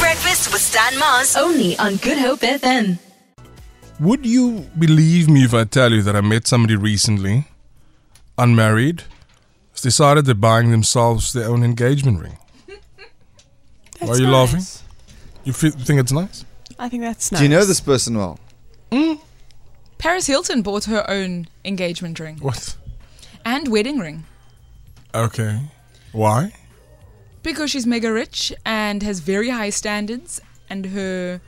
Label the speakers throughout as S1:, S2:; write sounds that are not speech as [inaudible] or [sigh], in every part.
S1: Breakfast with Stan Mars. Only on Good Hope FM.
S2: Would you believe me if I tell you that I met somebody recently, unmarried, has decided they're buying themselves their own engagement
S3: [laughs]
S2: ring? Why are you laughing? You fe- think it's nice?
S3: I think that's nice.
S4: Do you know this person well?
S5: Paris Hilton bought her own engagement ring
S2: What?
S5: and wedding ring
S2: Okay. Why?
S5: because she's mega rich and has very high standards. And her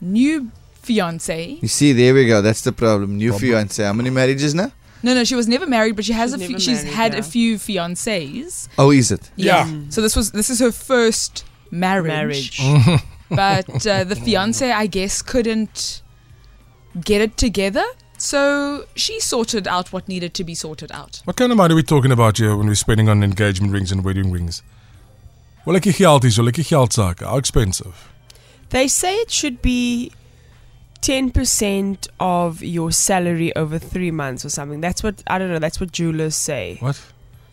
S5: new fiance,
S4: You see, there we go. That's the problem. New fiance. How many marriages now?
S5: no, no, she was never married, but she has
S3: She's
S5: a few,
S3: never
S5: she's
S3: married,
S5: had
S3: yeah.
S5: a few fiancés.
S4: Oh, is it?
S2: Yeah.
S5: So this was this is her first marriage.
S3: Marriage.
S2: [laughs]
S5: but uh, the fiance, I guess, couldn't get it together. So she sorted out what needed to be sorted out.
S2: What kind of money are we talking about here when we're spending on engagement rings and wedding rings? Well, like geld is, like geld zaak. How expensive?
S3: They say it should be 10% of your salary over three months or something. That's what, I don't know, that's what jewelers say.
S2: What?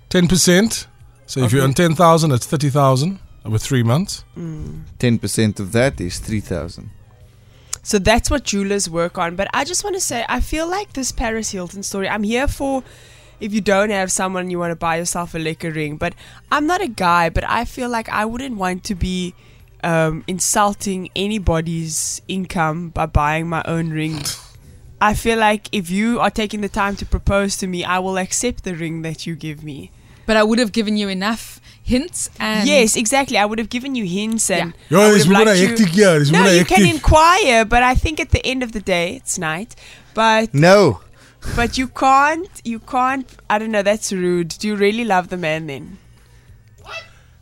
S2: Ten percent. So if you
S3: Okay.
S2: earn ten thousand, that's thirty thousand over three months.
S4: Ten percent of that is three thousand.
S3: So that's what jewelers work on. But I just want to say, I feel like this Paris Hilton story, I'm here for if you don't have someone, you want to buy yourself a liquor ring. But I'm not a guy, but I feel like I wouldn't want to be um, insulting anybody's income by buying my own ring. I feel like if you are taking the time to propose to me, I will accept the ring that you give me.
S5: But I would have given you enough hints and
S3: yes, exactly. I would have given you hints and.
S2: Yo,
S3: I would
S2: dis
S3: have
S2: moeder
S3: liked you-
S2: hectiek, ja, dis
S3: No,
S2: moeder
S3: you can
S2: hectiek.
S3: inquire, but I think at the end of the day, it's night. But
S4: No.
S3: But you can't, you can't. I don't know. That's rude. Do you really love the man then?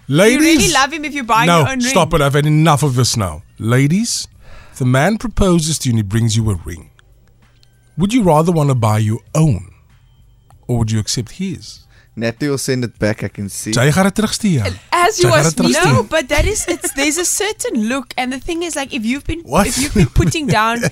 S2: Ladies,
S3: you really love him if you're buying
S2: no,
S3: your own ring.
S2: stop it. I've had enough of this now. Ladies, if the man proposes to you and he brings you a ring, would you rather want to buy your own? Or would you accept his?
S4: Natalie will send it back. I can see.
S2: Jy gaan dit terugstuur.
S5: As you
S2: Jy
S5: are
S2: gaan dit
S5: speaking-
S2: terugstuur.
S3: No, but that is. It's, there's a certain look, and the thing is, like, if you've been
S2: What?
S3: if you've been putting
S2: [laughs]
S3: down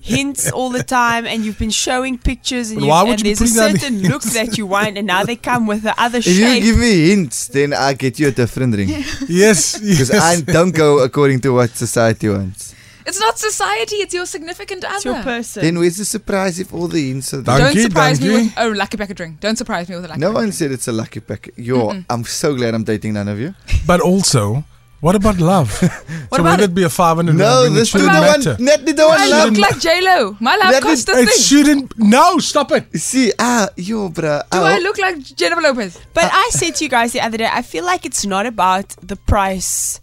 S3: hints all the time, and you've been showing pictures, and,
S2: But
S3: you,
S2: why would
S3: and
S2: you be
S3: there's a
S2: putting down
S3: certain look that you want, and now they come with the other
S4: If you
S3: shape.
S4: give me hints, then I get you a different
S5: [laughs]
S4: ring
S2: Yes, yes.
S4: because I don't go according to what society wants.
S5: it's not society, it's your significant other.
S3: it's your person.
S4: Then where's the surprise if all the hints are there?
S2: Don't-
S5: Don't
S2: Dankie,
S5: surprise me
S2: dankie.
S5: with oh lucky packet ring. Don't surprise me with a lucky
S4: No
S5: packet
S4: one
S5: ring.
S4: said it's a lucky pack. Yo, I'm so glad I'm dating none of you.
S2: But also, what about love? so
S5: about
S2: would it be a 500 rand
S4: No,
S2: ring? It
S4: this is the
S2: shouldn't matter.
S4: one. Natalie, the one
S5: I
S4: love.
S5: look like J Lo. My love
S4: That
S5: coach
S4: is-
S5: the
S2: It
S5: thing.
S2: shouldn't. No, stop it.
S4: See, ah, yo, bruh.
S5: Do
S4: ow.
S5: I look like Jennifer Lopez?
S3: But
S2: Uh,
S3: I said to you guys the other day, I feel like it's not about the price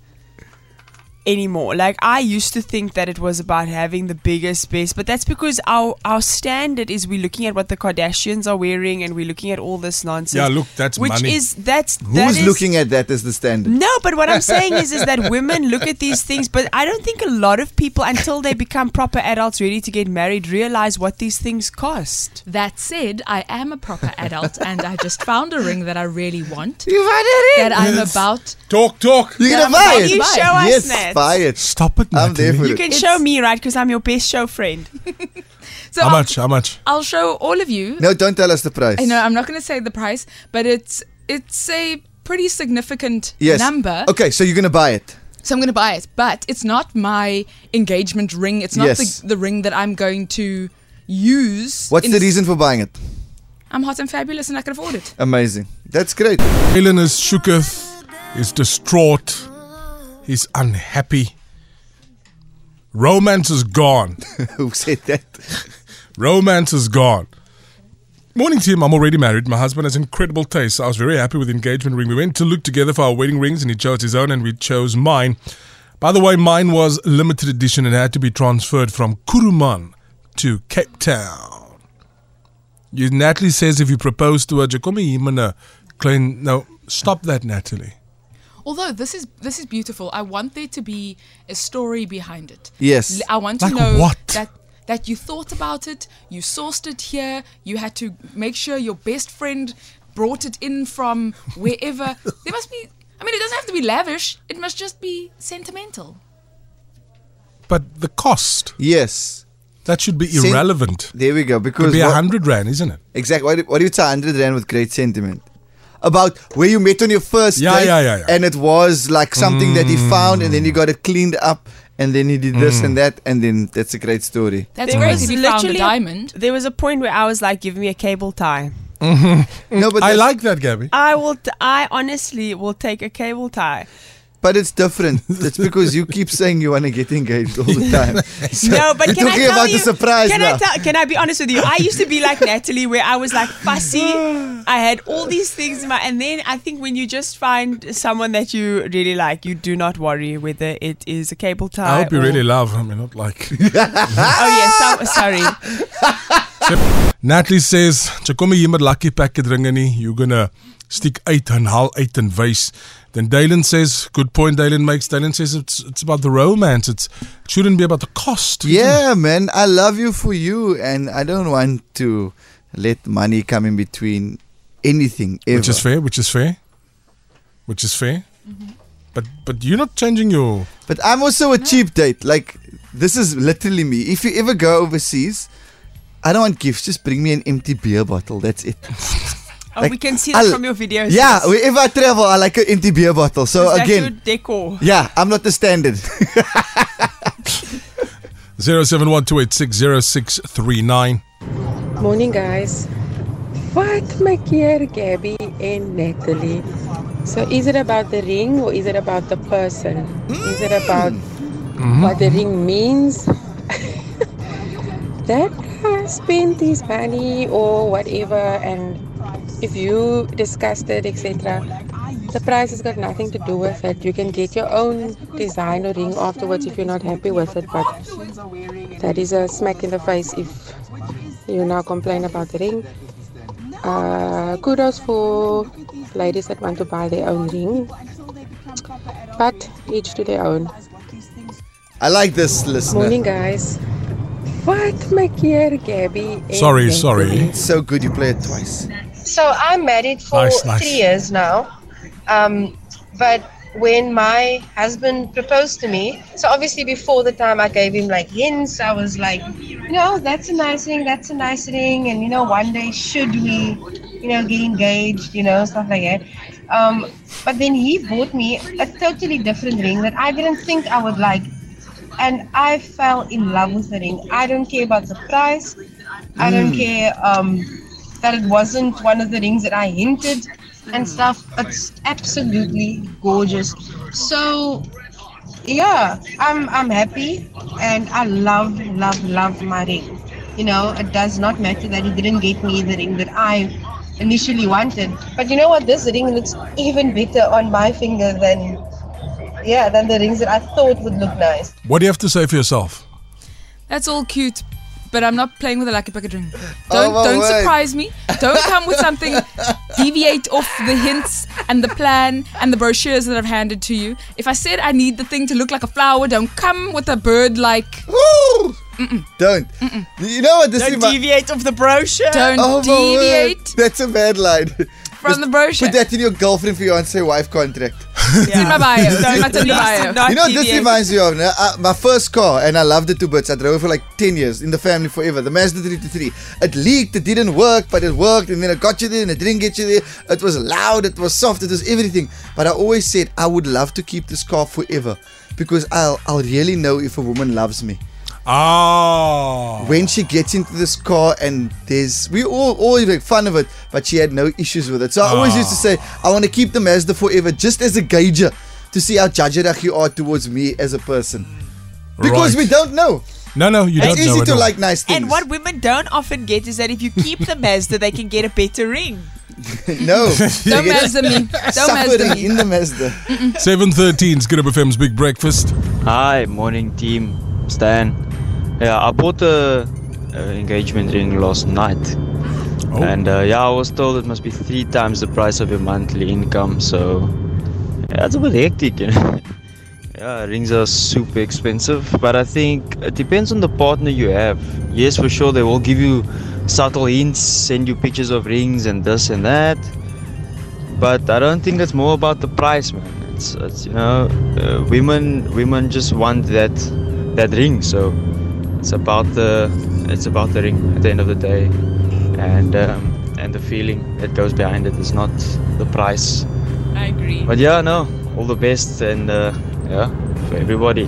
S3: anymore. Like I used to think that it was about having the biggest best, but that's because our our standard is we're looking at what the Kardashians are wearing and we're looking at all this nonsense.
S2: Yeah, look, that's
S3: which
S2: money.
S3: is that's that
S4: Who's
S3: is-
S4: looking at that as the standard?
S3: no, but
S2: [laughs]
S3: what I'm saying is, is that women look at these things, but I don't think a lot of people, until they become proper adults, ready to get married, realize what these things cost.
S5: That said, I am a proper adult and I just found a ring that I
S4: [laughs]
S5: really want.
S4: You found it.
S5: That I'm about
S2: Talk, talk.
S4: You're
S5: Yeah,
S4: gonna
S5: I'm
S4: buy
S5: glad
S4: it.
S3: you show us
S4: yes,
S3: that.
S4: buy it.
S2: Stop it,
S4: I'm there
S2: Natalie.
S4: for
S3: You
S4: it.
S3: can
S5: It's-
S3: show me, right? Because I'm your best show friend.
S5: so
S2: How
S5: I'll-
S2: much? How much?
S5: I'll show all of you.
S4: No, don't tell us the price.
S5: I know I'm not going to say the price, but it's it's a pretty significant
S4: Yes.
S5: number.
S4: Okay, so you're gonna buy it.
S5: So I'm going to buy it, but it's not my engagement ring. It's not
S4: Yes.
S5: the, the ring that I'm going to use.
S4: What's
S5: in-
S4: the reason for buying it?
S5: I'm hot and fabulous and I can afford it.
S4: Amazing. That's great. [laughs]
S2: Helen is shooketh, is distraught, he's unhappy. Romance is gone.
S4: Who said that?
S2: Romance is gone. Morning team, I'm already married. My husband has incredible taste. I was very happy with the engagement ring. We went to look together for our wedding rings and he chose his own and we chose mine. By the way, mine was limited edition and had to be transferred from Kuruman to Cape Town. You, Natalie says if you propose to her, "Ja, kom hier, man, eh, klein. No, stop that, Natalie.
S5: Although this is this is beautiful, I want there to be a story behind it.
S4: Yes.
S5: L- I want
S2: Like
S5: to know
S2: what?
S5: that that you thought about it, you sourced it here, you had to make sure your best friend brought it in from wherever. there must be. I mean, it doesn't have to be lavish. It must just be sentimental.
S2: But the cost,
S4: Yes.
S2: that should be
S4: Sen-
S2: irrelevant.
S4: There we go.
S2: Could
S4: Because
S2: be a
S4: what-
S2: 100 Rand, isn't it?
S4: exactly. What, what do you tie 100 rand with great sentiment? about where you met on your first
S2: Yeah,
S4: date,
S2: yeah, yeah, yeah. Mm.
S4: and it was like something that he found, and then you got it cleaned up, and then he did this and that, and then that's a great story.
S5: That's great if you found a
S3: literally-
S5: diamond.
S3: There was a point where I was like, "Give me a cable tie."
S4: No, but
S2: Mm. I
S4: that's-
S2: like that, Gabby.
S3: I will. T- I honestly will take a cable tie.
S4: but it's different. It's because you keep saying you want to get engaged all
S2: [laughs]
S4: the time. [laughs] So
S3: no, but
S4: you're
S3: can I
S4: talking
S3: tell
S4: about
S3: you,
S4: the surprise
S3: can
S4: now.
S3: I tell, can I be honest with you? I used to be like Natalie, where I was like fussy.
S4: [sighs]
S3: I had all these things in my, and then I think when you just find someone that you really like, you do not worry whether it is a cable tie.
S2: I hope you
S3: or-
S2: really love. I mean, not like. [laughs]
S4: Ah!
S3: Oh yeah, so,
S4: [laughs]
S3: sorry.
S2: Natalie says, "Jy kom nie hier met lucky pakke dringe nie. You're going to stick eight and haal eight and wys." Then Dylan says, "Good point Dylan makes." Dylan says it's it's about the romance. It's it shouldn't be about the cost.
S4: Yeah, man, I love you for you, and I don't want to let money come in between anything. Ever.
S2: Which is fair, which is fair. Which is fair. But but you're not changing your
S4: But I'm also a cheap date. Like, this is literally me. If you ever go overseas, I don't want gifts. Just bring me an empty beer bottle. That's it.
S3: Oh,
S4: Like,
S3: we can see that
S4: I'll-
S3: from your videos.
S4: yeah, wherever I travel, I like an empty beer bottle. So
S3: Is that your
S4: again,
S3: decor.
S4: yeah, I'm not the standard. [laughs]
S2: 0712860639.
S6: Morning, guys. Wat maak hier Gabby and Natalie? So, is it about the ring or is it about the person? Is it about what the ring means? [laughs] that guy spent his money or whatever, and if you discussed it, etc., the price has got nothing to do with it. You can get your own design or ring afterwards if you're not happy with it, but that is a smack in the face if you now complain about the ring. Uh, kudos for ladies that want to buy their own ring, but each to their own.
S4: I like this listener.
S6: Morning, guys. What maak hier Gabby? en
S2: Sorry,
S6: Natalie?
S2: sorry.
S4: It's so good you play it twice.
S7: So I'm married for
S2: Nice, nice.
S7: three years now. Um, but when my husband proposed to me, so obviously before the time I gave him like hints, I was like, you know, that's a nice ring, that's a nice ring, and you know, one day should we, you know, get engaged, you know, stuff like that. Um, but then he bought me a totally different ring that I didn't think I would like. And I fell in love with the ring. I don't care about the price. I don't care um, that it wasn't one of the rings that I hinted and stuff. It's absolutely gorgeous. So yeah, I'm I'm happy and I love love love my ring. You know, it does not matter that he didn't get me the ring that I initially wanted. But you know what? This ring looks even better on my finger than yeah than the rings that I thought would look nice.
S2: What do you have to say for yourself?
S5: That's all cute, but I'm not playing with a lucky
S4: [laughs]
S5: bucket ring. Don't
S4: Oh, my
S5: don't
S4: word.
S5: surprise me. Don't come with something
S4: [laughs]
S5: deviate off the hints and the plan and the brochures that I've handed to you. If I said I need the thing to look like a flower, don't come with a bird like
S4: Woo! Don't. You know what this
S3: Don't
S4: remi-
S3: deviate of the brochure.
S5: don't
S4: Oh my word.
S5: deviate
S4: That's a bad line.
S5: from the brochure.
S4: Put that in your girlfriend, fiance, wife contract.
S3: Oh,
S5: It's in my bio.
S4: [laughs]
S5: It's in my
S3: Don't-
S5: Tinder
S3: please
S5: bio.
S3: do not
S4: You know, this
S3: deviate.
S4: reminds me of no, uh, my first car, and I loved it to bits. I drove it for like 10 years in the family forever. The Mazda 323. It leaked, it didn't work, but it worked, and then it got you there, and it didn't get you there. It was loud, it was soft, it was everything. But I always said, I would love to keep this car forever because I'll, I'll really know if a woman loves me.
S2: Ah.
S4: When she gets into this car, and there's we all always make fun of it, but she had no issues with it. So I always used to say, I want to keep the Mazda forever just as a gauger to see how judgerach you are towards me as a person. Because
S2: Right.
S4: we don't know.
S2: No, no, you don't
S4: It's
S2: know
S4: easy
S2: at
S4: to
S2: all.
S4: like nice things.
S3: And what women don't often get is that if you keep the Mazda, they can get a better ring.
S4: [laughs] no. [laughs]
S5: Don't mazda me. Don't mazda
S4: Suffering
S5: me.
S4: in the Mazda.
S2: 713 is Good Up FM's Big Breakfast.
S8: Hi, morning team, Stan. Yeah, I bought a, uh engagement ring last night,
S2: Oh.
S8: and uh, yeah, I was told it must be three times the price of your monthly income. So yeah, it's a bit hectic, [laughs] you know. yeah, rings are super expensive, but I think it depends on the partner you have. Yes, for sure, they will give you subtle hints, send you pictures of rings and this and that. But I don't think it's more about the price, man. It's, it's you know, uh, women women just want that that ring. So it's about the it's about the ring at the end of the day, and um,
S7: and the feeling that goes behind it is not the price.
S3: I agree.
S7: But yeah, no, all the best and uh, yeah, for everybody.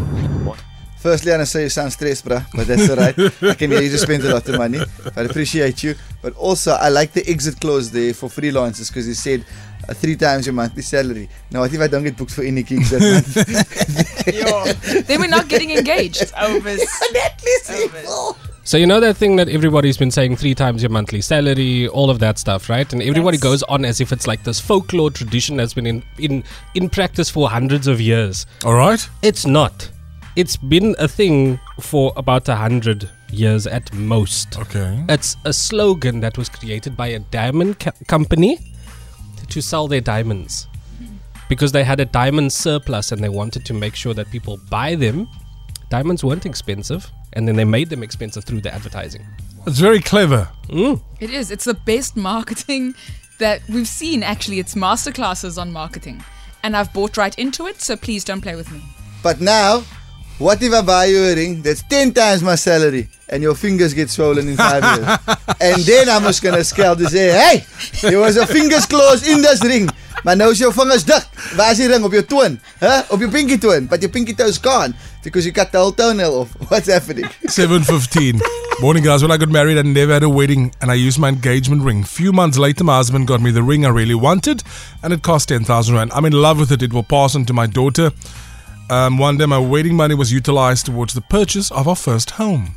S4: Firstly, I want to say you sound stressed, bruh, but that's all right. I can hear you just spent a lot of money. I appreciate you. But also, I like the exit clause there for freelancers because he said uh, three times your monthly salary. Now, what if I don't get booked for any gigs that month?
S5: then we're not
S4: [laughs]
S5: getting engaged.
S3: Overs.
S4: At least evil.
S6: So you know that thing that everybody's been saying three times your monthly salary, all of that stuff, right? And everybody
S3: That's-
S6: goes on as if it's like this folklore tradition that's been in in, in practice for hundreds of years.
S2: All right.
S6: It's not. It's been a thing for about a hundred years at most.
S2: Okay.
S6: It's a slogan that was created by a diamond co- company to sell their diamonds because they had a diamond surplus and they wanted to make sure that people buy them. Diamonds weren't expensive, and then they made them expensive through the advertising.
S2: It's very clever.
S5: It is. It's the best marketing that we've seen, actually. It's masterclasses on marketing. And I've bought right into it, so please don't play with me.
S4: But now, what if I buy you a ring that's 10 times my salary and your fingers get swollen in five years? And then I'm just going to scald and say, hey, there was a fingers clause in this ring. Maar nou is your vingers dik. Waar is die ring? Op your toon. Huh? Op your pinky toon. But your pinky toe's gone because you cut the whole toenail off. [laughs] What's happening?
S2: 7.15. Morning, guys. When I got married, I never had a wedding, and I used my engagement ring. Few months later, my husband got me the ring I really wanted, and it cost 10,000 Rand. I'm in love with it. It will pass on to my daughter. Um, one day, my wedding money was utilized towards the purchase of our first home.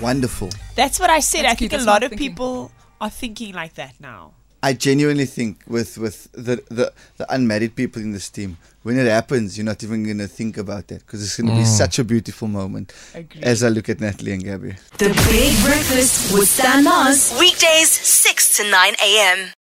S4: Wonderful.
S3: That's what I said. I
S5: That's
S3: think
S5: cute. That's
S3: a lot
S5: my
S3: of
S5: thinking.
S3: people are thinking like that now.
S4: I genuinely think with with the, the the unmarried people in this team, when it happens, you're not even gonna think about that because it's gonna be such a beautiful moment. As I look at Natalie and Gabby.
S1: The Big Breakfast with Stan Mars. Weekdays, 6 to 9 a.m.